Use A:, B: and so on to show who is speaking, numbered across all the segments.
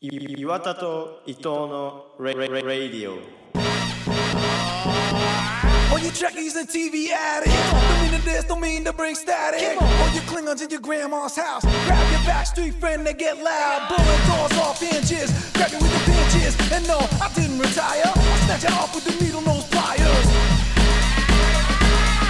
A: い岩田と伊藤のレレレレディオ
B: All you trekkies and TV addicts Don't mean to this, don't mean to bring static All you Klingons in your grandma's house Grab your backstreet friend, they get loud Blowing doors off inches Grab you with the pinches And no, I didn't retire I snatch it off with the needle nose pliers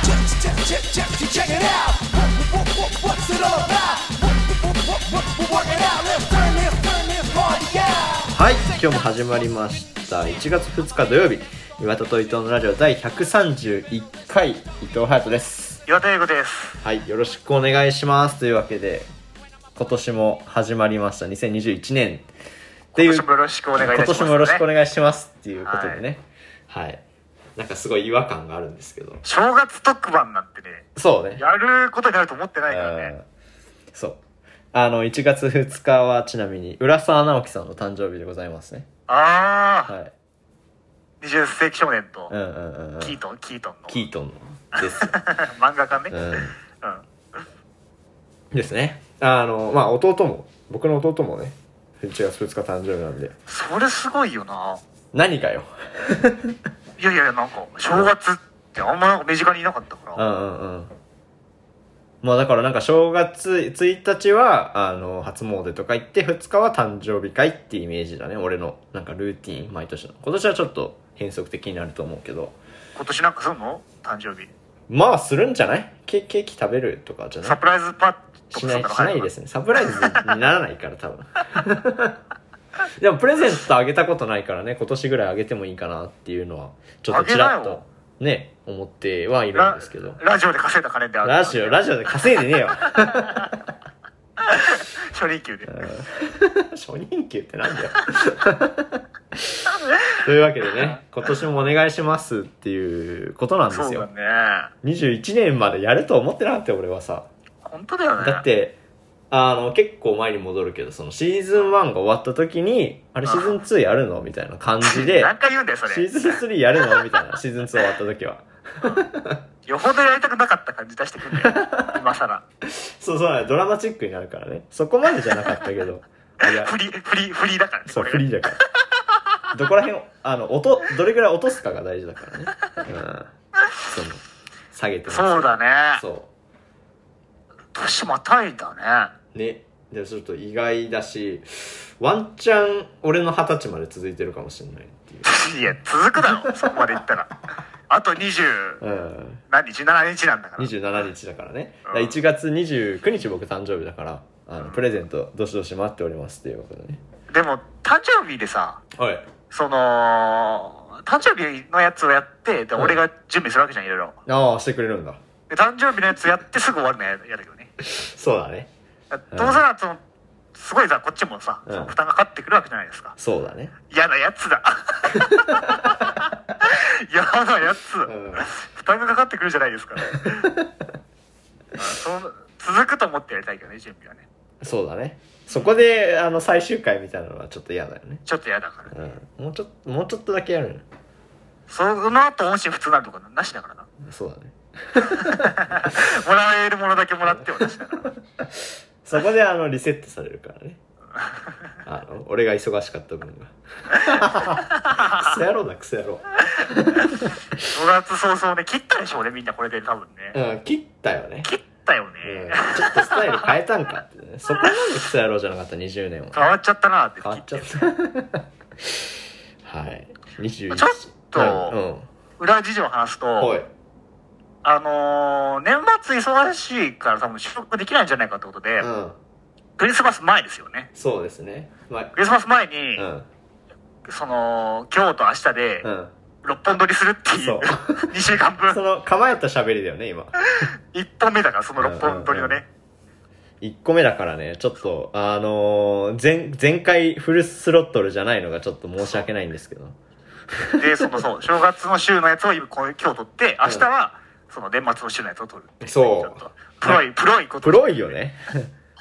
B: Check, check, check, check, check, check it out what, what, what, What's it all about? What, what, what, what, we're working out Let's turn this, turn this party out
C: はい、今日も始まりました。1月2日土曜日、岩田と伊藤のラジオ第131回、伊藤隼人です。
D: 岩田英語です。
C: はい、よろしくお願いします。というわけで、今年も始まりました。2021年。っていう
D: 今年もよろしくお願いいたします
C: 今年もよろしくお願いします。っていうことでね。はい。なんかすごい違和感があるんですけど。
D: 正月特番なんてね、
C: そうね。
D: やることになると思ってないから
C: う
D: ね
C: ん。そう。あの、1月2日はちなみに、浦沢直樹さんの誕生日でございますね。
D: ああ、
C: はい。
D: 20世紀少年と
C: うんうんうんうん。
D: キートン、キートンの
C: キートンのですよ。
D: 漫画家ね。うん。
C: うん、ですね。あの、まあ、弟も、僕の弟もね、1月2日誕生日なんで。
D: それすごいよな。
C: 何かよ。
D: いやいや、なんか、正月ってあんま身近にいなかった
C: う
D: か
C: んうんうん。まあだからなんか正月1日は、あの、初詣とか行って、2日は誕生日会ってイメージだね。俺の、なんかルーティン、毎年の。今年はちょっと変則的になると思うけど。
D: ら、今年なんかするの誕生日。
C: まあ、するんじゃないケケーキ食べるとかじゃな
D: サ
C: い
D: プライズパッと
C: しない、し
D: 早
C: な
D: く
C: いですね。サプライズにならないから、多分。 でも、プレゼントあげたことないからね、今年ぐらいあげてもいいかなっていうのは、ちょっとちらっと、ね、思ってはいるん
D: ラ
C: ですけど。
D: ラジオで稼いだ金である。
C: ラジオ、ラジオで稼いでねえよ。
D: 初任給で。
C: 初任給ってなんだよ。 というわけでね、今年もお願いしますっていうことなんです
D: そうだ
C: よ。
D: ね。
C: 21年までやると思ってなかったよ、俺はさ。
D: 本当だよね。
C: だって、あの、結構前に戻るけど、そのシーズン1が終わった時に、あれシーズン2やるのみたいな感じで、
D: 何回言うんだよ、そ
C: シー
D: れ。
C: ズン3やるのみたいな、シーズン2終わった時は。
D: よほどやりたくなかった感じ出してくんだよ。 今更。
C: そうそうなんだ、ドラマチックになるからね。そこまでじゃなかったけど。いや
D: フリ、フリ、フリだからね。
C: そう、
D: これ
C: フ
D: が
C: リーだから。どこら辺を、あの、音、どれぐらい落とすかが大事だからね。うん。その、下げてます
D: そうだね。
C: そ
D: 年またいだ
C: う。ね。でもちょっと意外だし、ワンチャン、俺の二十歳まで続いてるかもしれないっていう。
D: ね。いや、続く だろ、そこまでいったら。あと20、
C: うん。
D: 何、17日なんだから。
C: 27日だからね。だ
D: うん
C: から1月29日僕誕生日だから、あの、プレゼント、どしどし待っておりますっていうことでね。
D: でも、誕生日でさ、
C: はい。
D: その、誕生日のやつをやって、で
C: うん
D: 俺が準備するわけじゃん、いろいろ。
C: ああ、してくれるんだ。
D: で誕生日のやつやってすぐ終わるのややだけどね。
C: そうだね。
D: どうせなら、その、すごいさ、こっちもさ、
C: うん
D: その負担がかかってくるわけじゃないですか。
C: そうだね。
D: 嫌なやつだ。 嫌なやつ。
C: ん
D: 負担がかかってくるじゃないですか。 あそう続くと思ってやりたいけどね、準備はね。
C: そうだね。そこで、あの、最終回みたいなのはちょっと嫌だよね。
D: ちょっと嫌だから。
C: うん。もうちょっと、もうちょっとだけやる
D: その後音信不通なるとかなしだからな。
C: のそうだね。
D: もらえるものだけもらってはなしだから。
C: そこで、あの、リセットされるから ね。あの、俺が忙しかった分 が。クソ野郎だ、クソ野郎。
D: 5月早々ね、切ったでしょ、俺みんなこれで多分ね。
C: うん、切ったよね。
D: 切ったよ
C: うん
D: ね。
C: ちょっとスタイル変えたんかってね。そこなんでクソ野郎じゃなかった、20年は。
D: 変わっちゃったなって切
C: 変わ
D: っ
C: ってちゃった。はい。21。
D: ちょっと
C: うん。
D: 裏事情を話すと、
C: はい。
D: あのー年末忙しいから多分収録できないんじゃないかってことで、
C: うん。
D: クリスマス前ですよね。
C: そうですね。まあ、
D: クリスマス前に、
C: うん。
D: その、今日と明日で
C: う、ん。
D: 六本撮りするってい
C: そう
D: う、2週間分
C: そ。の、構えた喋りだよね、今。
D: 1本目だから、その六本撮りのね。
C: 1個目だからね、ちょっと、あのー前、前回フルスロットルじゃないのがちょっと申し訳ないんですけど。
D: で、そのそう、正月の週のやつを今こう今日撮って、明日は、その年末の週のやつを撮る。
C: そう
D: ちょっとプロい、プロいこ
C: プ
D: と。
C: ロいよね。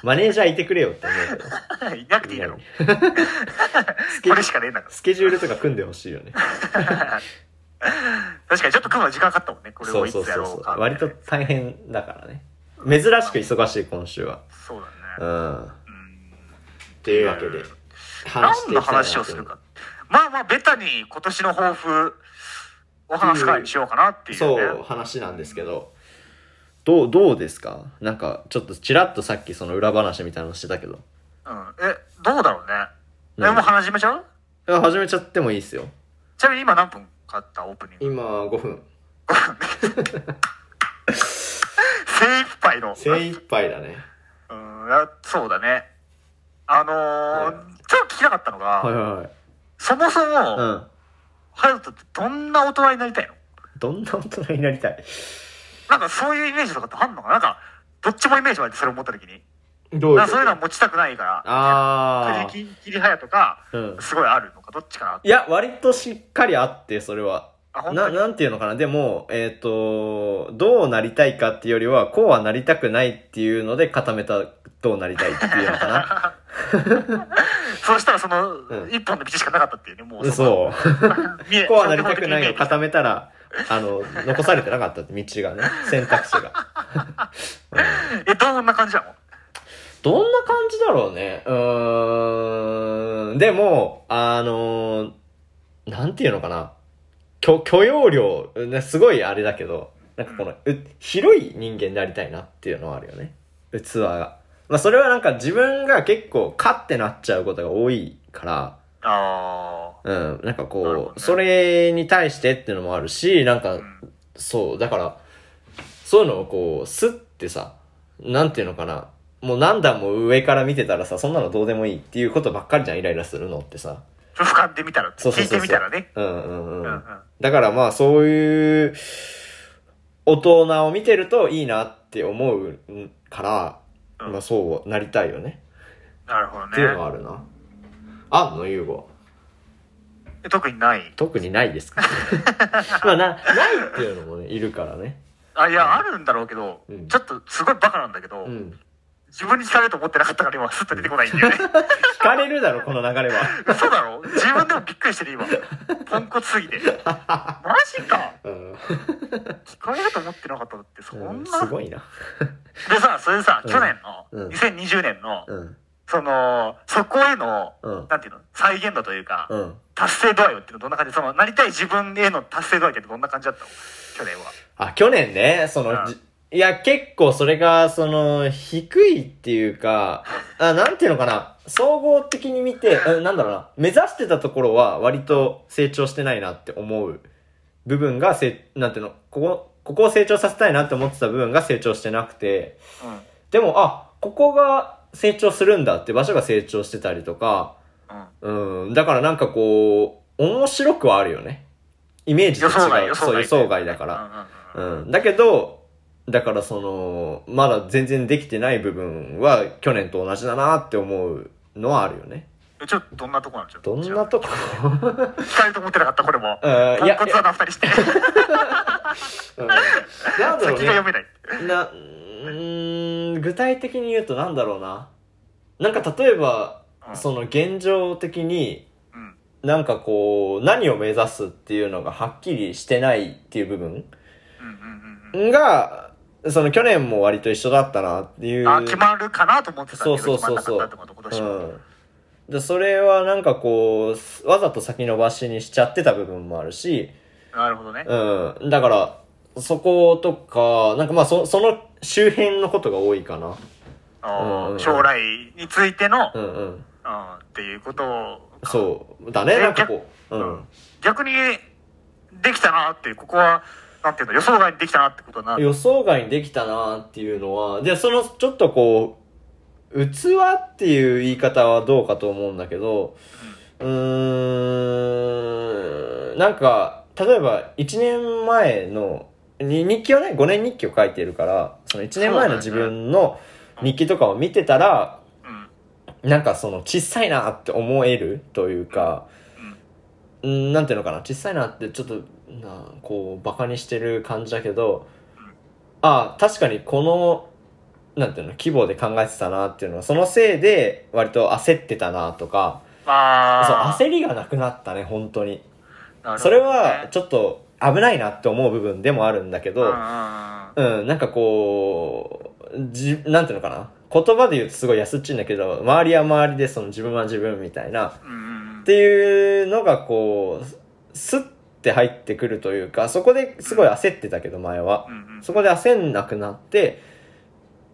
C: マネージャーいてくれよって思うけど。
D: いなくていいだろ。
C: ケ
D: これしかねえんだか
C: スケジュールとか組んでほしいよね。
D: ら。確かにちょっと組むの時間かかったもんね。これ
C: そ
D: を
C: う
D: いつ
C: そうそ
D: や
C: う
D: ろ
C: そうう。
D: か。
C: 割と。大変だからね。珍しく忙しい今週は。
D: そうだ
C: う
D: ね。
C: ん。っ
D: うん
C: ていうわけで。話して
D: 何
C: いきたいな
D: の話をするか。まあまあ、ベタに今年の抱負、お話し会にしようかなっていうね。
C: そう話なんですけどどうどうですかなんかちょっとちらっとさっきその裏話みたいなのしてたけど
D: うん、え、どうだろうね。え、
C: うん
D: もう話しましょう
C: いや始めちゃってもいいですよ
D: ちなみに今何分かったオープニン
C: 今
D: グ。
C: 5分
D: 精一杯の。
C: 精一杯だね
D: うん、あそうだね。あのー
C: はい
D: ちょっと聞きたかったのが、
C: はいはい
D: そもそも、
C: はい
D: ハヤトってどんな大人になりたいの
C: うんどんな大人になりたい
D: なんかそういうイメージとかってあんのかななんか、どっちもイメージ湧いてそれ思った時に。
C: どうい
D: な
C: うん
D: かそういうのは持ちたくないから、
C: ああ
D: 切り切りはやとか、
C: うん
D: すごいあるのか、どっちかなって
C: いや割としっかりあってそれは
D: あ本当
C: な
D: に
C: なんていうのかなでもえっ、とどうなりたいかっていうよりはこうはなりたくないっていうので固めたどうなりたいっていうのかな
D: そうしたらその、
C: ん
D: 一本の道しかなかったっていうね、 もうその。
C: そう
D: 見え
C: こうはなりたくないを
D: その基本的に見えてき
C: 固めたら、あの、残されてなかったって道がね、選択肢が。
D: たえ、どんな感じなの
C: どんな感じだろうね。うーん。でも、あのなんていうのかな。許許容量、ね、すごいあれだけど、なんかこの、う広い人間になりたいなっていうのはあるよね。器が。まあそれはなんか自分が結構カってなっちゃうことが多いから、
D: あ
C: うん、なんか
D: なるほど
C: こ
D: ね
C: う、それに対してっていうのもあるし、なんか、そう、だから、そういうのをこう、スってさ、なんていうのかな、もう何段も上から見てたらさ、そんなのどうでもいいっていうことばっかりじゃん、イライラするのってさ。
D: あ。俯瞰で見たら、
C: そうそ
D: 聞
C: う
D: い
C: そうそう。
D: てみたらね。。
C: うんうんうん。
D: うんうん
C: だからまあ、そういう、大人を見てるといいなって思うから、
D: うん
C: まあそうなりたいよね。
D: なるほど
C: っていうの
D: ね。
C: はあるな。あんの、ゆうごは。
D: え特にない。
C: 特にないですから ねまあなないっていうのもねいるからね
D: あ、いや、あるんだろうけど、
C: うん
D: ちょっとすごいバカなんだけど、
C: うん
D: 自分に聞かれると思ってなかったから今、スッと出てこないんだよ ね。
C: 聞かれるだろこの流れは
D: 嘘だろ自分でもびっくりしてる今。ポンコツす ぎて。マジか
C: うん、
D: 聞かれると思ってなかっただって、そんな。
C: うん、すごいな
D: でさ、それでさ、
C: うん
D: 去年
C: うん
D: の、2020年の、
C: うん
D: その、そこへの、
C: うん
D: なんていうの、再現度というか、
C: うん
D: 達成度合いをっていうのはどんな感じその、なりたい自分への達成度合いってどんな感じだったの去年は。
C: あ去年ねその、
D: うん
C: じいや結構それがその低いっていうかあなんていうのかな総合的に見て、うん、なんだろうな目指してたところは割と成長してないなって思う部分がせなんていうのここここを成長させたいなって思ってた部分が成長してなくて
D: う
C: でも、あ、ここが成長するんだって場所が成長してたりとか、
D: ん。うん。
C: うん、だからなんかこう、面白くはあるよね。イメージと
D: 予想外、
C: 違
D: 予
C: う。
D: 想外。
C: そう、予想外だから。
D: ら。
C: うん。だけど、だからその、まだ全然できてない部分は去年と同じだなって思うのはあるよね。
D: えちょっとどんなとこなんでしょう
C: どんなとこ
D: 聞かれると思ってなかった、これも。
C: うん、い
D: ポン
C: や、
D: コツだな、二人して。先
C: うんなんだろ
D: が
C: うね
D: 読めない。
C: な、うーん、具体的に言うとなんだろうな。なんか例えば、
D: うん
C: その現状的に、
D: うん。
C: なんかこう、何を目指すっていうのがはっきりしてないっていう部分
D: うんうんうん
C: が、その去年も割と一緒だったなっていうう。
D: ん。あ、決まるかなと思ってた
C: そ
D: けど、
C: うそう
D: 決まん
C: そう
D: なか
C: そ
D: ったっ
C: う
D: てこと、今。年も。
C: うん。で、それはなんかこう、わざと先延ばしにしちゃってた部分もあるし、
D: なるほどね。
C: うん。だから、そことか、なんかまあそ、その周辺のことが多いかな。
D: あ
C: う
D: ー
C: ん
D: 将来についての、
C: うんうん。
D: うんっていうことを
C: そう。だね、
D: え
C: なんかこう。うん。
D: 逆にできたなっていうここはなんていうの予想外にできたなってことな
C: 予想外にできたなっていうのは、で、その、ちょっとこう、器っていう言い方はどうかと思うんだけど、うーん、なんか、例えば1年前の、に日記をね、5年日記を書いてるから、その1年前の自分の日記とかを見てたら、
D: うん
C: なんかその小さいなって思えるというか、うん、なんていうのかな小さいなってちょっとなこうバカにしてる感じだけど、ああ確かにこのなんていうの規模で考えてたなっていうのはそのせいで割と焦ってたなとかそう
D: ああ
C: 焦りがなくなったね本当に、
D: なるほどね
C: それはちょっと危ないなって思う部分でもあるんだけど、
D: うんうんうん
C: うん、なんかこう、じ、なんていうのかな。言葉で言うとすごい安っちいんだけど、周りは周りでその自分は自分みたいな、
D: うんうん
C: っていうのがこう、スッて入ってくるというか、そこですごい焦ってたけど前は
D: う。んうん
C: そこで焦んなくなって、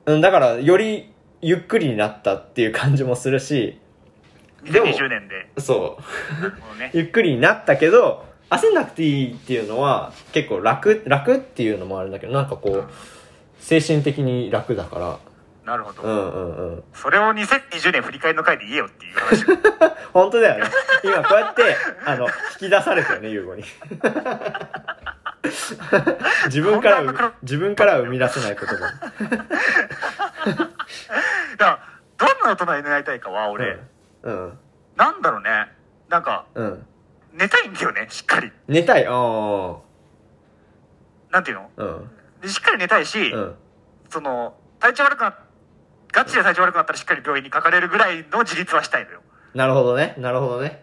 C: うん、だからよりゆっくりになったっていう感じもするし、でも
D: 2020年で
C: そう、
D: なるほどね
C: ゆっくりになったけど焦んなくていいっていうのは結構楽楽っていうのもあるんだけどなんかこう精神的に楽だから
D: なるほど、
C: うんうんうん
D: それを2020年振り返りの回で言えよってい う話
C: 本当だよね今こうやってあの引き出されたよね優吾に 自分から
D: こんな
C: 生
D: 黒
C: み自分からは生み出せない言葉
D: だからどんな大人になりたいかは俺、
C: うん
D: なんだろうねなんか
C: うん
D: 寝たいんだよねしっかり
C: 寝たいああ
D: なんていうの
C: うん
D: でしっかり寝たいし、
C: うん
D: その体調悪くなっガチで体調悪くなったらしっかり病院にかかれるぐらいの自立はしたいのよ
C: なるほどねなるほど ね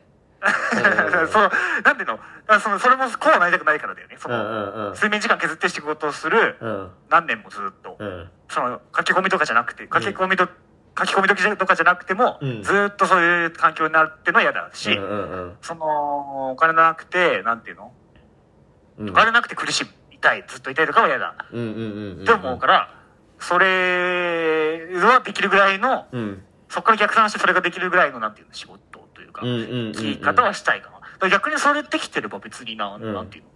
D: そのなんていうのだからそのそれもこうなりたくないからだよねそ
C: うんう
D: の、
C: んうん
D: 睡眠時間削って仕事をする
C: うん
D: 何年もずっと、
C: うん
D: その書き込みとかじゃなくて書き込みと、書き込み時とかじゃなくても、
C: うん
D: ずーっとそういう環境になるってのは嫌だし、
C: うんうんうん
D: そのお金なくてなんていうの
C: うん
D: お金なくて苦しむ痛いずっと痛いとかは嫌だ
C: うんうんうんうん
D: って思うから、それはできるぐらいの
C: うん
D: そこから逆算してそれができるぐらいのなんていうの仕事というか、
C: うんうんうんうん
D: 生き方はしたいかなだから逆にそれできてれば別にな,、
C: ん
D: なんていうの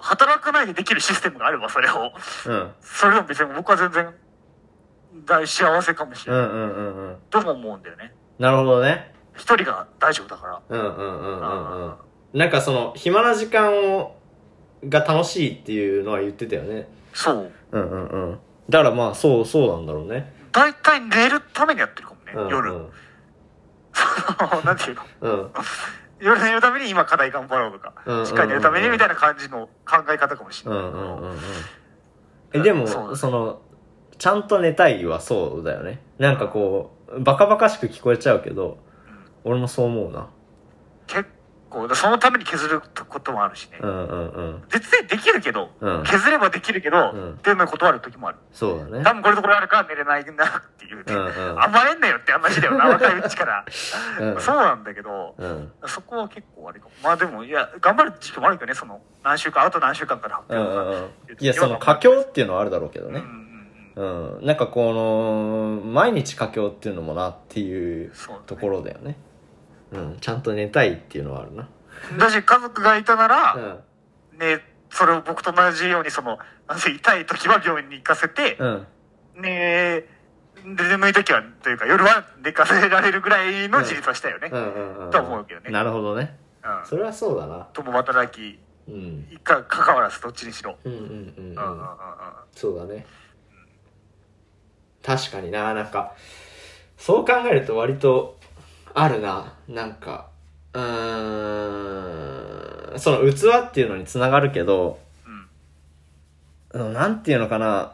D: 働かないでできるシステムがあればそれを
C: うん
D: それでも別に僕は全然大幸せかもしれ
C: う
D: な
C: ん
D: い、
C: うんうんうん
D: とも思うんだよね
C: なるほどね
D: 一人が大丈夫だか
C: う
D: ら
C: んうんうんうんうん
D: あ
C: なんかその暇な時間をが楽しいっていうのは言ってたよね
D: そう
C: うんうんうんだからまあそうそうなんだろうね
D: 大体寝るためにやってるかもね、
C: うんうん
D: 夜 なんていうの
C: うん
D: 夜寝るために今課題頑張ろうとか、
C: うんうんうん
D: しっかり寝るためにみたいな感じの考え方かもしれ
C: う
D: ない、
C: んうんうんうんえでも
D: そう
C: そのちゃんと寝たいはそうだよねなんかこうバカバカしく聞こえちゃうけど俺もそう思うな
D: 結構そのために削ることもあるしね、
C: うんうんうん
D: 絶対できるけど、
C: うん
D: 削ればできるけど、
C: うん
D: っていうのに断る時もある
C: そうだね
D: 多分これとこれあるから寝れないなっていう、
C: うんうん
D: 甘えんなよって話だよな若いうちから、
C: うん
D: そうなんだけど
C: うん
D: そこは結構あれかもまあでもいや頑張る時期もあるけどねその何週間あと何週間から発
C: うん
D: 表と
C: う
D: か、
C: んうんいやその佳境っていうのはあるだろうけど
D: うんう
C: ね
D: んうん
C: うん、なんかこの毎日佳境っていうのもなっていう
D: そうだね
C: ところだよねうんちゃんと寝たいっていうのはあるな
D: だし家族がいたなら、
C: うん
D: ね、それを僕と同じように、その、なんせ痛い時は病院に行かせて、
C: うん
D: ね、で、眠い時は、というか、夜は寝かせられるぐらいの自立はしたよね。
C: うんうんうん
D: と思うけどね
C: なるほどね
D: うん。
C: それはそうだな
D: 共働き、
C: うん
D: いか、関わらずどっちにしろ。
C: うんうんうんうん
D: うんうんうんうん。
C: そうだね確かにななんかそう考えると割とあるななんかうーんその器っていうのにつながるけど
D: うん。
C: うんなんていうのかな、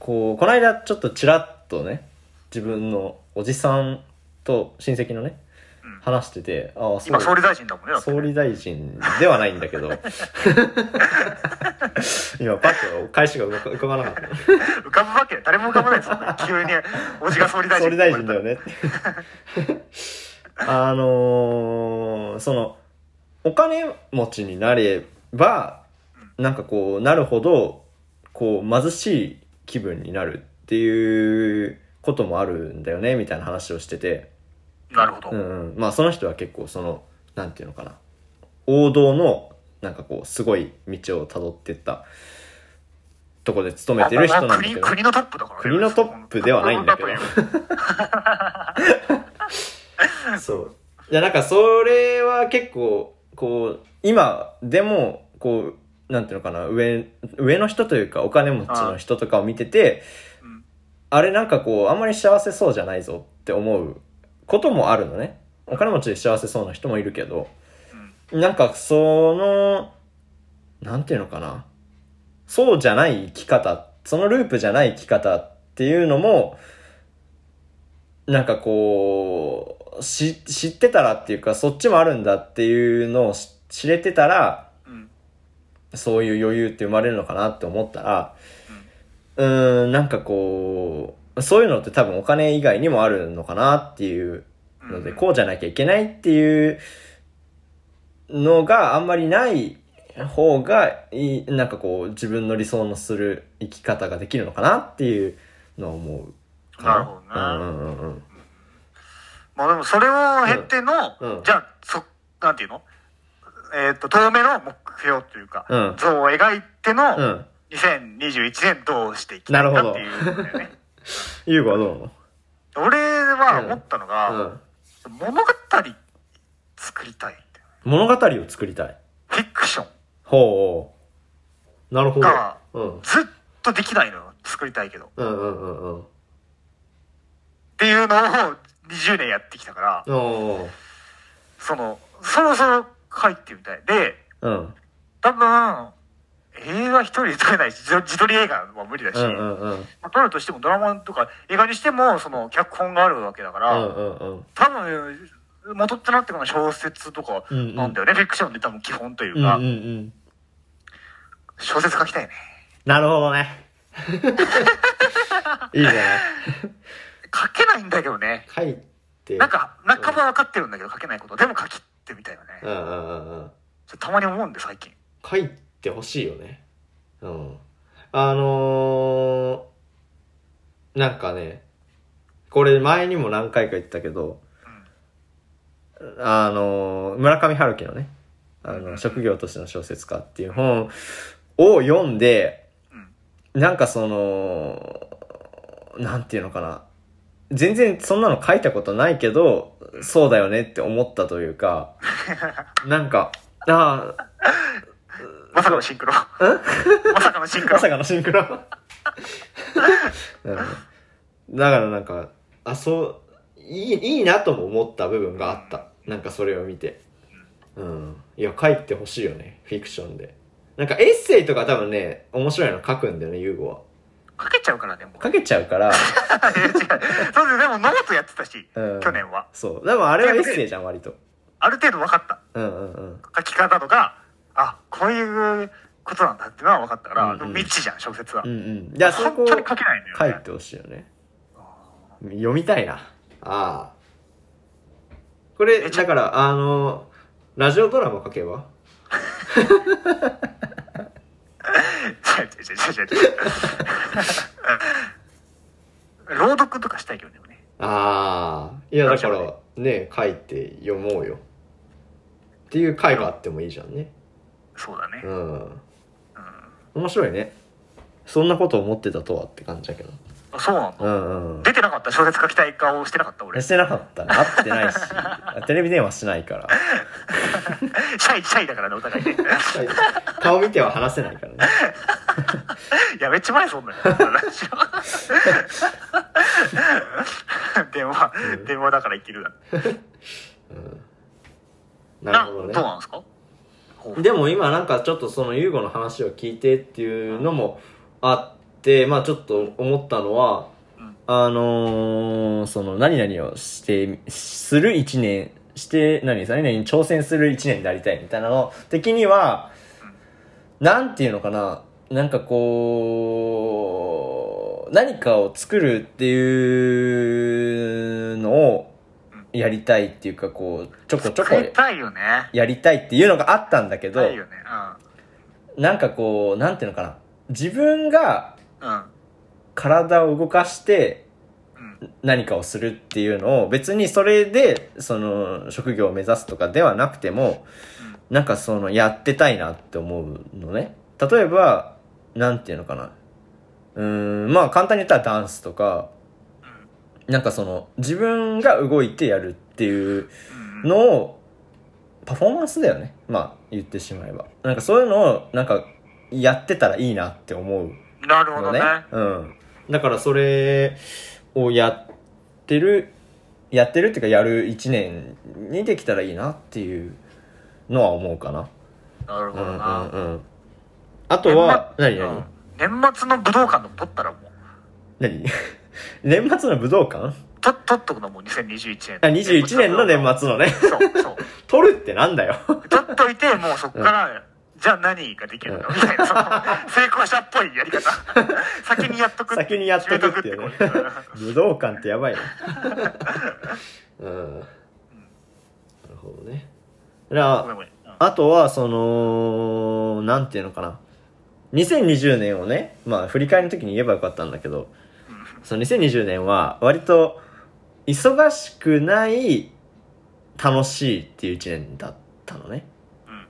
C: こう、この間ちょっとちらっとね、自分のおじさんと親戚のね、
D: うん
C: 話してて、ああ、そう
D: 今、総理大臣だもんね。だってね
C: 総理大臣ではないんだ けど、今パッと返しが浮か浮かばなかっ
D: 浮かぶわけ誰も浮かばないですよ、そ んな急に、おじが総理
C: た。
D: 大臣
C: 総理大臣だ
D: だ
C: よねって。 あのーその、お金持ちになれば、なんかこう、なるほど、こう、貧しい気分になるっていうこともあるんだよね、みたいな話をしてて。
D: なるほど。
C: う
D: うん
C: んうん。まあ、その人は結構、その、なんていうのかな。王道の、なんかこう、すごい道を辿ってった、とこで勤めてる人なんだけ
D: 国
C: ど。
D: 国のトップだからね
C: 国のトップではないんだけど
D: 国のトッ プ
C: そう。いや、なんかそれは結構、こう、今でも、こう、なんていうのかな、上、上の人というか、お金持ちの人とかを見てて、
D: うん
C: あれなんかこう、あんまり幸せそうじゃないぞって思うこともあるのね。お金持ちで幸せそうな人もいるけど、なんかその、なんていうのかな、そうじゃない生き方、そのループじゃない生き方っていうのも、なんかこう、し、知ってたらっていうか、そっちもあるんだっていうのをし知れてたら、
D: うん
C: そういう余裕って生まれるのかなって思ったら、うーん、なんかこう、そういうのって多分お金以外にもあるのかなっていうので、こうじゃなきゃいけないっていうのがあんまりない方がいい、なんかこう自分の理想のする生き方ができるのかなっていうのを思うか
D: なるほどな
C: うんうんうんうん。
D: まあでもそれを経ての、
C: うんうん
D: じゃあ、そ、なんていうのえっ、と、遠目の目標というか、
C: うん
D: 像を描いての、
C: うん。
D: 2021年どうしていきたいかっていうのだよね。
C: ゆうごはどう思う
D: 俺は思ったの
C: う
D: が、
C: ん。
D: 物語作りたいって。
C: 物語を作りたい。
D: フィクション
C: ほう。なるほど
D: が。
C: うん。
D: ずっとできないのよ。作りたいけど。っ
C: うんうんうんうん。
D: ていうのを20年やってきたから、
C: おー
D: その、そろそろ書いてみたい。で、
C: うん。
D: 多分、映画一人で撮れないし、自自撮り映画は無理だし、
C: うんうんうん。
D: まあ撮るとしてもドラマとか映画にしても、その脚本があるわけだか
C: う
D: ら、
C: んうんうん。
D: 多分、元ってなってくの小説とかなんだよね。フィクションで多分基本という
C: うん
D: か、
C: うんうん。
D: 小説書きたいね。
C: なるほど ね。いいじゃない。
D: 書けないんだけどね。
C: 書いて。
D: なん、か、半ば分かってるんだけど書けないこと。でも書きってみたいよ
C: う
D: ね。
C: んうんうんうん。
D: それたまに思うんで、最近。
C: 書いてほしいよね。うん。あのー、なんかね、これ前にも何回か言ったけど、あのー、村上春樹のね、あの、職業としての小説家っていう本を読んで、なんかその、なんていうのかな。全然そんなの書いたことないけど、そうだよねって思ったというか、なんか、ああ、
D: まさかのシンクロ。まさかのシンクロ
C: ま。さかのシンクロ。 うんだからなんか、あ、そう、いい、いいなとも思った部分があった。なんかそれを見て。うん。いや、書いてほしいよね。フィクションで。なんかエッセイとか多分ね、面白いの書くんだよね、ユーゴは。
D: 書けちゃうからね、もう。
C: 書けちゃうから、
D: いや違う。そうですでもノートやってたし、
C: うん
D: 去年は。
C: そう。でもあれはエッセイじゃん、割と。
D: ある程度分かった。
C: うんうんうん。
D: 書き方とか、あ、こういうことなんだってのは分かったから、
C: うんうん
D: でも未知じゃん、小説は。
C: うんうん。じゃあそこ
D: 本
C: を
D: 当に書けないんだよ、
C: 書
D: ね。
C: いてほしいよね。読みたいな。ああ。これ、
D: えち
C: だから、あの、ラジオドラマ書けば
D: 違う違う違う違う違う 朗読とかしたいけどね俺ね
C: ああ。いや、だか
D: ラジ
C: ら、ね、書いて読もうよ。っていう回があってもいいじゃんね。
D: そうだね、
C: うん。面白いね。そんなこと思ってたとはって感じだけど。
D: あそうなんだ
C: うんうん。
D: 出てなかった小説書きたい顔してなかった俺シ
C: してなかったね。会って ないし、テレビ電話しないから。
D: ャイシャイだからねお互 いね
C: 顔見ては話せないからね。
D: やめっちまえそんなの ラジオ電話、電話だからいけるだ
C: なるほどね
D: どう。なんですかほう
C: でも今なんかちょっとそのユーゴの話を聞いてっていうのもあって、まあちょっと思ったのは、
D: うん
C: あのーその何々をして、する一年、して、何です何々に挑戦する一年でありたいみたいなの的には、なんていうのかな、なんかこう、何かを作るっていうのをやりたいっていうかこう、ちょこちょこ
D: 作りたいよね
C: やりたいっていうのがあったんだけど、
D: たいよね
C: なんかこう、なんていうのかな。自分が
D: うんうん
C: 体を動かして
D: うん
C: 何かをするっていうのを別にそれで、その、職業を目指すとかではなくても、なんかその、やってたいなって思うのね。例えば、なんていうのかな。うーん、まあ簡単に言ったらダンスとか、なんかその、自分が動いてやるっていう
D: うん
C: のをパフォーマンスだよねまあ言ってしまえばなんかそういうのをなんかやってたらいいなって思う
D: うんなるほ
C: の
D: ど
C: ね
D: ね
C: うんだからそれをやってるやってるっていうかやる1年にできたらいいなっていうのは思うかな
D: なるほ
C: うんう
D: ど
C: ん
D: な、
C: うんあとは何
D: 年末
C: 何
D: うん年末の武道館でも撮ったらもう
C: 何 年末の武道館
D: と、取っとくのもう2021
C: あ
D: 年。
C: 21年の年末のね
D: 末。そう、そ
C: 撮るってなんだよ
D: う。取っといて、もうそっから、じゃあ何ができるのみたいな、その、成功者っぽいやり 方。先にやっとく
C: 先にやっとくっていうね
D: 決めとくってこ
C: 武道館ってや ばいなうんなるほどねだから
D: ごめんごめん。うん
C: あとは、その、なんていうのかな。2020年をね、まあ、振り返りの時に言えばよかったんだけど、その2020年は、割と、忙しくない、楽しいっていう1年だったのね。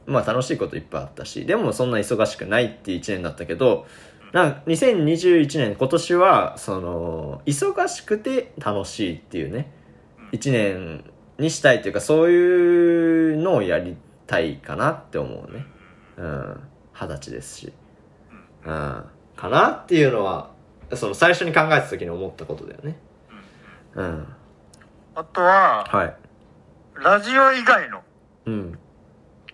C: まあ、楽しいこといっぱいあったし、でもそんな忙しくないっていう1年だったけど、なんか2021年、今年は、その、忙しくて楽しいっていうね、1年にしたいというかそういうのをやりたいかなって思うねうん二十歳ですしうんかなっていうのはその最初に考えた時に思ったことだよねうん
D: あとは、
C: はい
D: ラジオ以外の
C: うん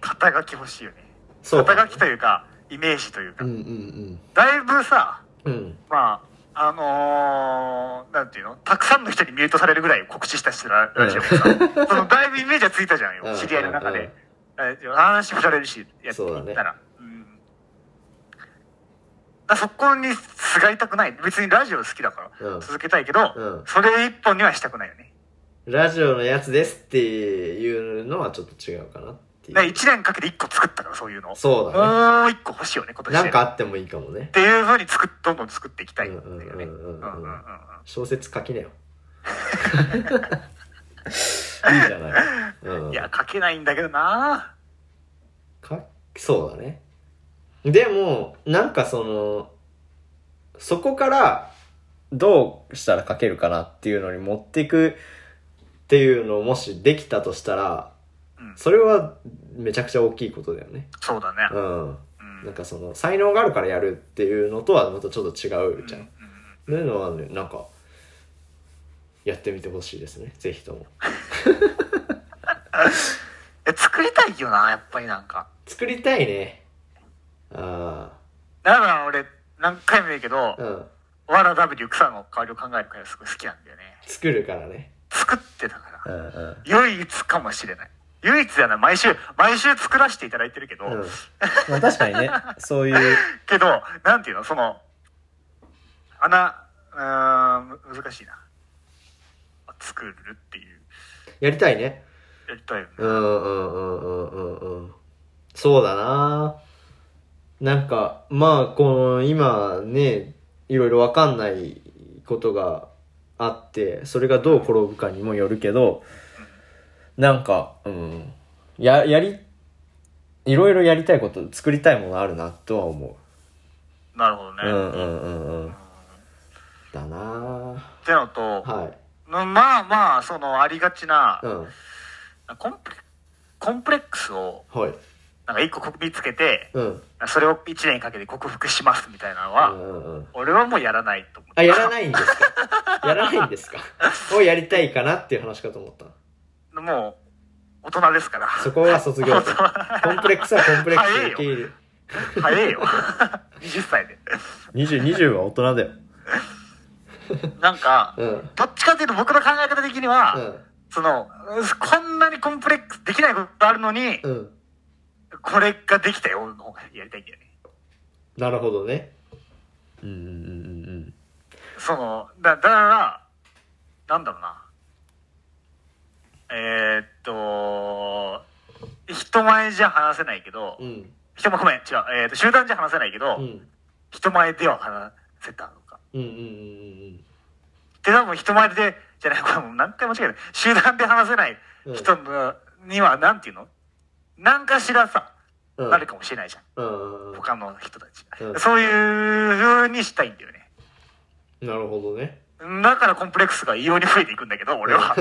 D: 肩書き欲しいよね。
C: そう
D: 肩書きというか、イメージというか。
C: うんうん
D: だいぶさ、
C: うんうん
D: まあ、あのー、なんていうのたくさんの人にミュートされるぐらい告知した人らラジオもさ、そのだいぶイメージはついたじゃん
C: うん
D: よ、知り合いの中
C: うん
D: で。え話もされるし、やってい
C: そうだね
D: ったら。うんだそこにすがりたくない。別にラジオ好きだから、
C: うん
D: 続けたいけど、
C: うん
D: それ一本にはしたくないよね。
C: ラジオのやつですっていうのはちょっと違うかなって
D: だから
C: いう
D: 一年かけて一個作ったから、そういうの。
C: そうだね
D: もう一個欲しいよね、今年。
C: なんかあ
D: っ
C: ってもいいかもね
D: ていうふうに作っどんどん作っていきたいんだよね。
C: うんうんうんうんうん
D: うんうんうん
C: 小説書き なよいいじゃない、うん、
D: いや、書けないんだけどな
C: かそうだねでもなんかそのそこからどうしたら書けるかなっていうのに持っていくっていうのをもしできたとしたら、
D: うん
C: それはめちゃくちゃ大きいことだよね
D: そうだね。
C: うん
D: うん
C: なんかその才能があるからやるっていうのとはまたちょっと違うじゃん、そういうのはねなんかやってみてほしいですねぜひとも
D: え作りたいよなやっぱりなんか
C: 作りたいねあ
D: だから俺何回も言うけど
C: あうん
D: わら W 草の香りを考える会がすごい好きなんだよね
C: 作るからね
D: 作ってたか
C: う
D: ら
C: んうん
D: 唯一かもしれない唯一だな毎週毎週作らせていただいてるけど、
C: うんまあ、確かにねそういう
D: けどなんていうのその穴うーん難しいな作るっていう
C: やりたいね
D: やりたいよね
C: うんうんうんうんうんうんそうだななんかまあこの今ねいろいろわかんないことがあってそれがどう転ぶかにもよるけどなんかうんややりいろいろやりたいこと作りたいものあるなとは思
D: なるほどね、
C: うう
D: っ
C: んうんうんうんだな
D: てのと、
C: はい
D: まあまあそのありがちな
C: うん
D: コンプレコンプレックスを
C: はい
D: なんか一個こ見つけて、
C: うん
D: それを一年かけて克服しますみたいなの
C: う
D: は、
C: んうんうん
D: 俺はもうやらないと思う。
C: あ、やらないんですかやらないんですかをやりたいかなっていう話かと思った。
D: もう、大人ですから。
C: そこは卒業と。コンプレックスはコンプレックスで受け入れる。
D: 早 えよ。20歳で。
C: 20、20は大人だよ。
D: なんか、
C: うん。
D: どっちかっていうと僕の考え方的には、
C: うん。
D: その、こんなにコンプレックスできないことあるのに、
C: うん。
D: これができたよの方がやりたいんだよね。
C: なるほどね。うんうんうんうん
D: その、だ、だから、なんだろうな。えー、っと、人前じゃ話せないけど、
C: うん。うん。
D: 人もごめん、違う。えっ、と、集団じゃ話せないけど、
C: うん。
D: 人前では話せたのか。
C: うんうんうん
D: で、多分人前で、じゃない、これもう何回も違う。集団で話せない
C: うん
D: 人のには、なんていうの何かしらさ、
C: うん。うん
D: なるかもしれないじゃ
C: う
D: ん。
C: んうん
D: 他の人たち。
C: うん
D: そういう風にしたいんだよね。
C: なるほどね。
D: だからコンプレックスが異様に増えていくんだけど、俺は。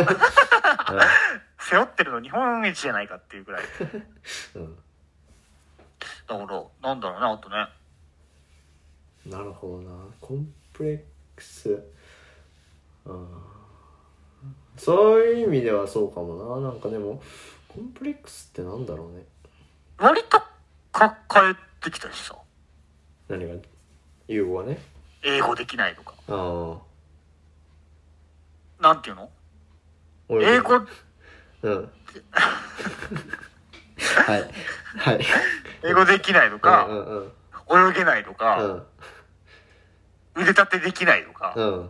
D: 背負ってるの日本一じゃないかっていうぐらい。
C: うん。
D: だから、なんだろうな、あとね。
C: なるほどな。コンプレックス。うん。そういう意味ではそうかもな。なんかでも、コンプレックスってなんだろうね。
D: 割と抱えてきたしさ、
C: 何が融合はね
D: 英語できないとか。
C: ああ
D: なんていうの英語、
C: うん はいはい
D: 英英語できないと
C: う
D: か、
C: んうん
D: 泳げないと
C: う
D: か、
C: ん
D: 腕立てできないとか、
C: うんうん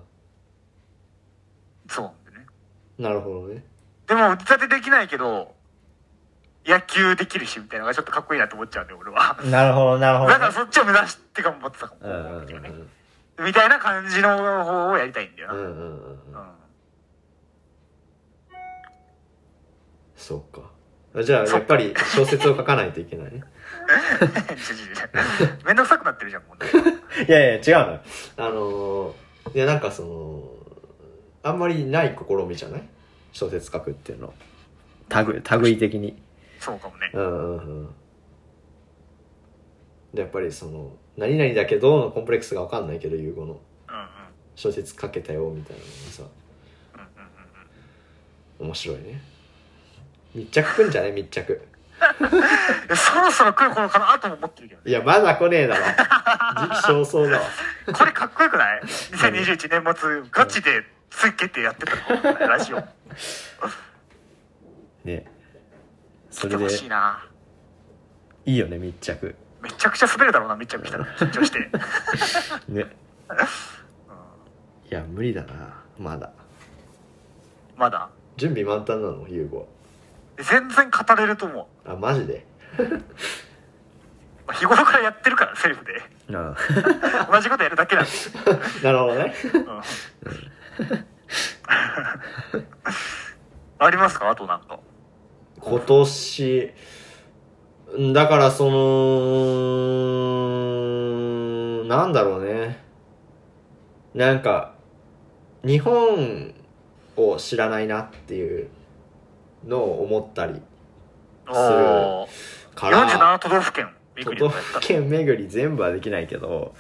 D: そうなんでね。
C: なるほどね
D: でも腕立てできないけど、野球できるし、みたいなのがちょっとかっこいいなと思っちゃうんで、俺は。
C: なるほどなるほど、
D: だからそっちを目指して頑張ってたか
C: うんうん
D: も。
C: うんうん
D: みたいな感じの方をやりたいんだよな。
C: う
D: う
C: ん
D: ん
C: うんうんうんそっかじゃあやっぱり小説を書かないといけないね
D: ちょちょちょめんどくさくなってるじゃん、もうね。
C: いやいや違うのよあのーいやなんかそのあんまりない試みじゃない小説書くっていうの類類い的に
D: そうかもね。
C: うんうんうんでやっぱりその「何々だけど」のコンプレックスが分かんないけど優語の
D: うんうん。
C: 小説書けたよみたいなのがさ面白いね密着くんじゃない密着
D: えそろそろ来る頃かなとも思ってるけどね。
C: いやまだ来ねえだろ時期尚早だわ
D: これかっこよくない ?2021 年末、ガチでつけてやってたのラジオ。
C: ねそれ
D: 来て
C: で
D: ほしいな。
C: いいよね密着
D: めちゃくちゃ滑るだろうな、めちゃくちゃ緊張して。
C: ねいや無理だなまだ
D: まだ。
C: 準備満タンなの優吾
D: 全然語れると思う。
C: あマジで
D: まあ日頃からやってるから、セルフで。
C: な
D: 同じことやるだけなんで。
C: なるほどね
D: うん、 ありますかあとなんか。
C: 今年んだからそのなんだろうねなんか日本を知らないなっていうのを思ったり
D: おー
C: から
D: 47都道府県めく
C: 都
D: りと
C: 道
D: かやった
C: 府県巡り全部はできないけど、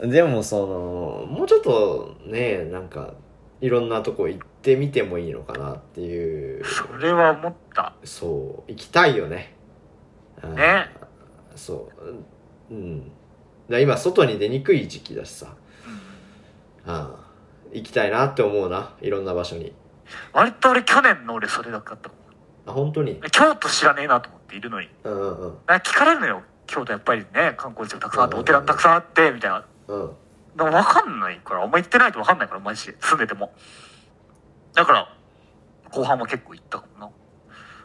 C: でもそのもうちょっとねなんかいろんなとこ行ってみてもいいのかなっていう
D: それは思った
C: そう行きたいよねうん
D: ね
C: そううんだから今外に出にくい時期だしさ、うん、行きたいなって思うないろんな場所に
D: 割と俺去年の俺それだったと思
C: あ本当に
D: う京都知らねえなと思っているのに
C: うんうんうん
D: なんか聞かれるのよ京都やっぱりね観光地がたくさんあってお寺もたくさんあってみたいな
C: うん
D: でも分かんないからあんま行ってないと分かんないからマジで住んでてもだから後半は結構行ったかも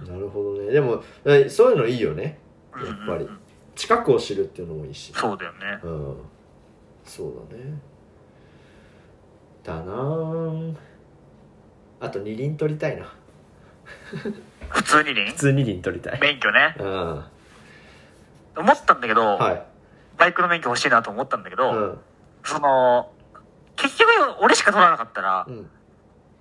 C: なるほどねでもえそういうのいいよね
D: な
C: やっぱり
D: うんうんうん
C: 近くを知るっていうのもいいし
D: そうだよね
C: うんそうだねだなーあと二輪取りたいな
D: 普通にね
C: 通に輪取りた
D: 免許ね
C: うんは
D: 思ったんだけど、
C: い
D: バイクの免許欲しいなと思ったんだけど、
C: うん
D: その結局俺しか取らなかったら
C: うん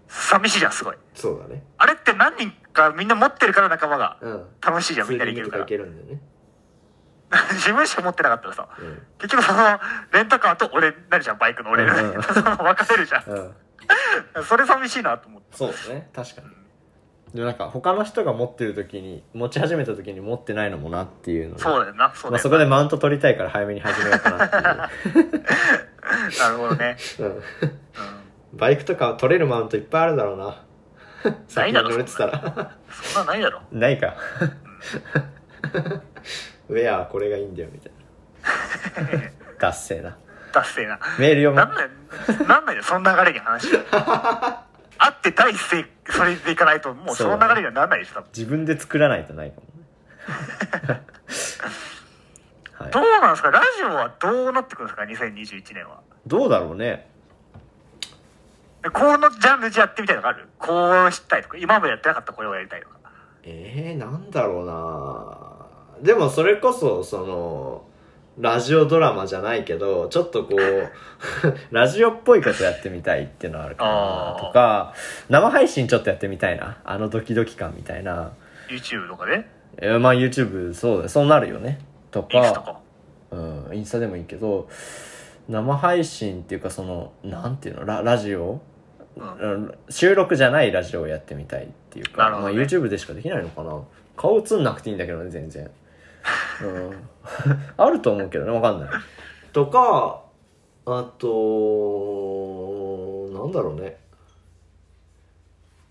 D: 寂しいじゃんすごい
C: そうだね
D: あれって何人かみんな持ってるから仲間が
C: うん
D: 楽しいじゃんみんなで行け
C: ツーリングとから
D: るか
C: 行けるんだよね、
D: 自分しか持ってなかったらさ
C: うん
D: 結局そのレンタカーと俺になるじゃんバイクの俺、
C: うんうんうん
D: その分かれるじゃ
C: うん、
D: んそれ寂しいなと思って
C: そうですね確かにでもなんか他の人が持ってる時に持ち始めた時に持ってないのもなっていうの
D: そうだよなそう
C: まあ、
D: だよ
C: そ
D: な、
C: こでマウント取りたいから早めに始めようかなって
D: なるほどね、
C: いう、うん
D: う
C: バイクとか取れるマウントいっぱいあるだろうな
D: な
C: 先
D: い
C: に
D: だろ
C: 乗れてたら
D: ん、そんなんないだろ
C: ないかウェアはこれがいいんだよみたいなダッセーな
D: 達成な
C: メール読
D: な
C: ま
D: んないなんないよそんな流れに話 あって第一声それでいかないともうその流れにはならないでしょ多分
C: 自分で作らないとないかもね、はい
D: どうなんですかラジオはどうなってくるんですか2021年は
C: どうだろうね
D: でこのジャンルでやってみたいのがあるこうしたいとか今までやってなかったこれをやりたいとか
C: えー、なんだろうなでもそれこそそのラジオドラマじゃないけどちょっと こうラジオっぽいことやってみたいっていうのはあるか
D: あー
C: なとか生配信ちょっとやってみたいなあのドキドキ感みたいな、
D: YouTube とかで
C: えーまあ YouTube そうだそうなるよねと
D: インスタ
C: か
D: か
C: うん、インスタでもいいけど生配信っていうかそのなんていうのララジオ
D: うん
C: うん収録じゃないラジオをやってみたいっていうか、
D: なるほ
C: ま
D: ど
C: あ、
D: ね
C: YouTube でしかできないのかな顔映んなくていいんだけどね全 然、うん、 あると思うけどねわかんないとかあとなんだろうね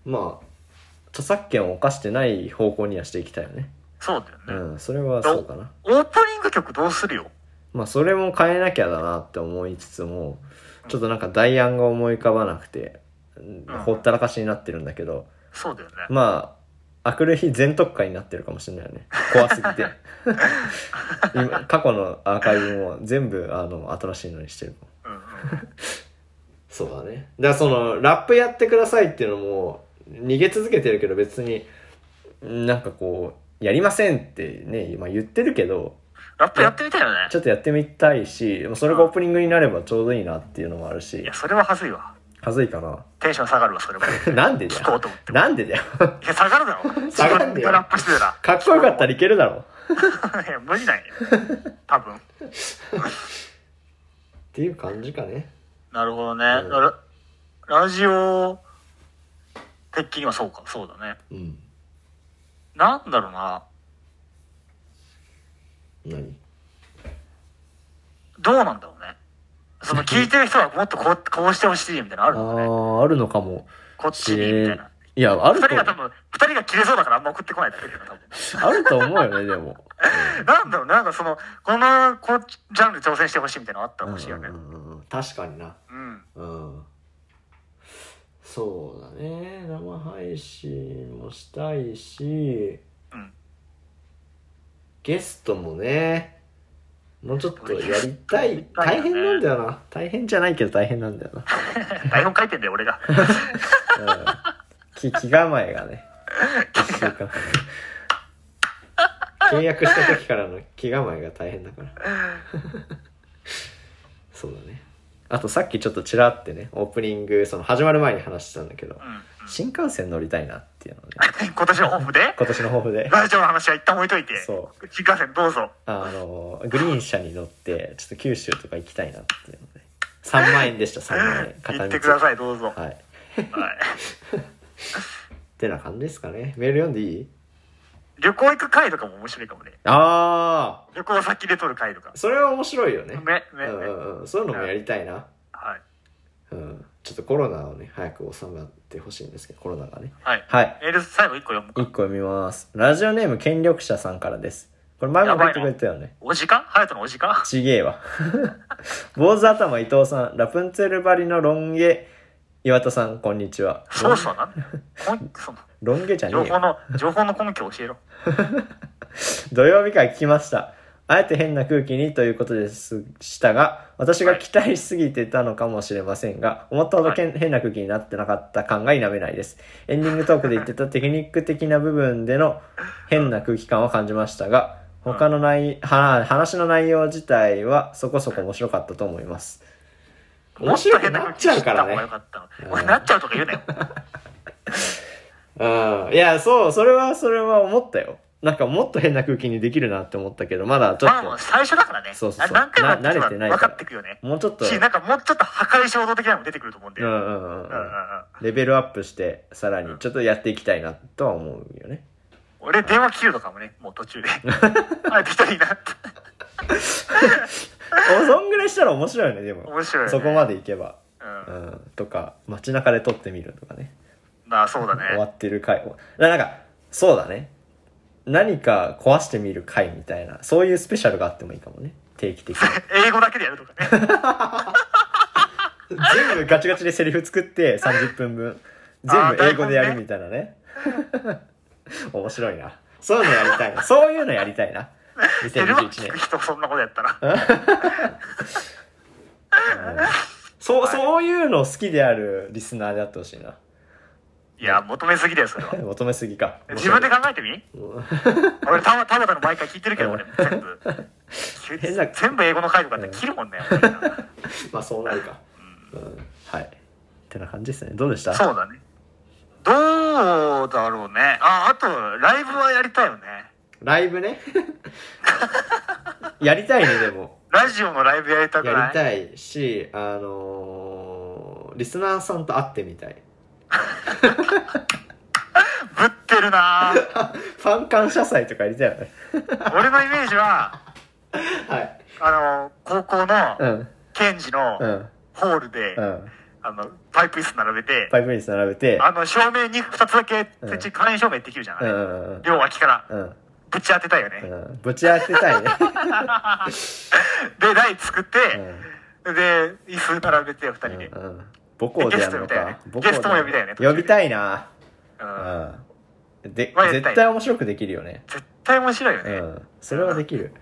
C: まあ著作権を犯してない方向にはしていきたいよね
D: そうだよね。
C: うん、それはそうかな。
D: オープニング曲どうするよ
C: まあ、それも変えなきゃだなって思いつつも、ちょっとなんか代案が思い浮かばなくて、ほったらかしになってるんだけど、
D: そうだよね。
C: まあ、あくる日全特化になってるかもしれないよね。怖すぎ て。今、過去のアーカイブも全部、あの、新しいのにしてるもん
D: うんうん。
C: そうだね。だからその、ラップやってくださいっていうのも、逃げ続けてるけど別に、なんかこう、やりませんってね、今言ってるけど、
D: ラップやってみたいよね
C: ち。ょっとやってみたいし、それがオープニングになればちょうどいいなっていうのもある
D: い
C: し
D: や、、それは恥ずいわ。
C: はずいかな。
D: テンション下がるわ、それは。
C: なんでだ
D: 聞こう
C: よ
D: と思っ。て
C: なんでだよ。
D: いや、下がるだろ。
C: 下がんねえよ
D: 自分でラップしてたら。
C: かっこよかったらいけるだろ。っ
D: いや、無理なんや。多分。
C: ていう感じかね。
D: なるほどね。
C: うん
D: ララジオ、的にはそうか、そうだね。
C: うん。
D: なんだろうな。
C: 何
D: どうなんだろうね。その聞いてる人は もっとこう、こうしてほしいみたいなのあ
C: あ
D: るのね。
C: ー、あるのかも。
D: こっちに、みたいな。
C: いや、ある
D: 二
C: と
D: 人が多分、二人が切れそうだからあんま送ってこないだけだよね、多分。
C: あると思うよね、でも。
D: なんだろうね、なんかその、この、こう、ジャンル挑戦してほしいみたいなのあったら欲しいよね。
C: うんうんうんうん確かにな。
D: うん。
C: うん。そうだね。生配信もしたいし、
D: うん
C: ゲストもね、もうちょっとやりたい。大変なんだよな。大変じゃないけど大変なんだよな。
D: 台本書いてんだよ、俺が。
C: うん、き気構えがね。 契約した時からの気構えが大変だ から。そうだね。あとさっきちょっとちらってね、オープニング、その始まる前に話してたんだけど、
D: うん。
C: 新幹線乗りたいなっていうのね、
D: 今年のオフで、
C: 今年の抱負で、
D: ラジオの話は一旦置いといて、
C: そ
D: 新幹線どうぞ。
C: あの、グリーン車に乗って、ちょっと九州とか行きたいなっていうので、3万円でした、3万円。
D: 言ってくだ
C: い。
D: さい、どうぞ。
C: はい。
D: は
C: っ
D: い
C: てな感じですかね。メール読んでいい
D: 旅行行く回とかも面白いかもね。
C: ああ
D: 旅行先で撮る回とか。
C: それは面白いよね。
D: ね、
C: う
D: ね、
C: んう
D: ね。
C: んうん、そういうのもやりたいな。
D: はい。
C: うん、ちょっとコロナをね、早く収まってほしいんですけど、コロナがね。
D: はい。
C: はい。
D: メール最後一個読む
C: 一
D: か。
C: 個読みます。ラジオネーム権力者さんからです。これ前も言ってくれたよね。
D: おじかハヤトのおじか
C: ちげえわ。坊主頭伊藤さん、ラプンツェルバリのロン毛岩田さん、こんにちは。
D: そうそうなんだよ。こんその
C: ロン毛じゃね
D: 情
C: え
D: 報
C: よ。
D: の、情報の根拠教えろ。
C: 土曜日から聞きました。あえて変な空気にということですしたが、私が期待しすぎてたのかもしれませんが、思ったほどけん変な空気になってなかった感が否めないです。エンディングトークで言ってたテクニック的な部分での変な空気感を感じましたが、
D: うん
C: 他の内、は話の内容自体はそこそこ面白かったと思います。面白くなっちゃうから
D: もっ
C: ね
D: と変な空気知った方がよ。かったの
C: うん
D: 俺なっちゃうとか言うなよ。
C: うん。いや、そう、それは、それは思ったよ。なんかもっと変な空気にできるなって思ったけど、まだちょ
D: ま
C: っ
D: あもう
C: と。
D: 最初だからね。
C: そうそうそう
D: 何回もやって
C: な
D: れば
C: 慣れてないから
D: 分かってくよね。
C: もうちょっと。
D: し、なんかもうちょっと破壊衝動的なのも出てくると思うんで。
C: う
D: うんう
C: ん
D: ん
C: うんうんう。
D: うんん
C: レベルアップして、さらにちょっとやっていきたいなとは思うよ ね。
D: 俺電話切るとかもね、もう途中で。あえて一人になって。
C: おそんぐらいしたら面白いよね、でも。
D: 面白いよね
C: そこまでいけば。
D: うん
C: うん。とか、街中で撮ってみるとかね。
D: まあそうだね。
C: 終わってる回。ななんか、そうだね。何か壊してみる回みたいな、そういうスペシャルがあってもいいかもね。定期的に。
D: 英語だけでやるとかね。
C: 全部ガチガチでセリフ作って30分分。全部英語でやるみたいなね。面白いな。そういうのやりたいな。そういうのやり たい な。
D: テレビ
C: 2021
D: 聞
C: 年
D: く。人そんなことやったら。
C: そう、そういうの好きであるリスナーであってほしいな。
D: いや、求めすぎだよ、それ は。
C: 求めすぎか。
D: 自分で考えてみ俺、たま、たまたの毎回聞いてるけど、俺、全 部。
C: 変な
D: 全部英語の回とかって切るもんね。やっぱり な
C: まあそうなるか。うん。はい。ってな感じですね。どうでした
D: そうだね。どうだろうね。あ、あと、ライブはやりたいよね。
C: ライブ ね。やりたいね、でも。
D: ラジオのライブやりたくない
C: やりたいし、あのーリスナーさんと会ってみたい。
D: ぶってるなぁ
C: ファン感謝祭とかやりたいよね。
D: 俺のイメージは、
C: はい。
D: あの、高校
C: う
D: の、
C: ん。
D: ケンジの
C: うん。
D: ホールで、
C: うん。
D: あの、パイプ椅子並べて、
C: パイプリス並べて、
D: あの、照明に2つだけ、
C: うん
D: 簡易照明できるじゃ
C: うんう
D: ない
C: んうん
D: 両脇から。
C: うん。うん。
D: ぶち当てたいよね。
C: うんぶち当てたいね。
D: で、台作って、
C: う
D: で、椅子並べて、二人で。
C: うんうん母校でやるのか。
D: ゲスト呼びたいね
C: 母校で
D: ゲストも呼びたいね
C: 呼びたいな。
D: うん
C: うん。で
D: まあ、やりたい
C: 絶対面白くできるよね。
D: 絶対面白いよ
C: う
D: ね。
C: ん。それはできる。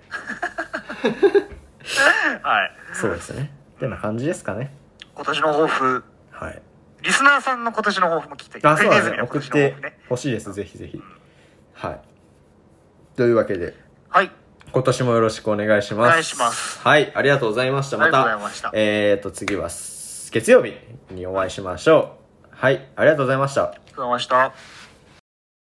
D: はい。
C: そうですね。ってな感じですかね。
D: 今年の抱負、
C: はい。
D: リスナーさんの今年の抱負も聞きたい。
C: あ、
D: ク
C: そう
D: リネズ
C: だ
D: ミ
C: ね。
D: の今
C: 送っ
D: 年の抱
C: て
D: 負ね。
C: ほしいです。ぜひぜひ。はい。というわけで、
D: はい。
C: 今年もよろしくお願いします。
D: お願いします。
C: はい。ありがとうございました。ま
D: ありがとうございました
C: た、えーと、次は、月曜日にお会いしましょう。はい。ありがとうございました。
D: お疲れ様でした。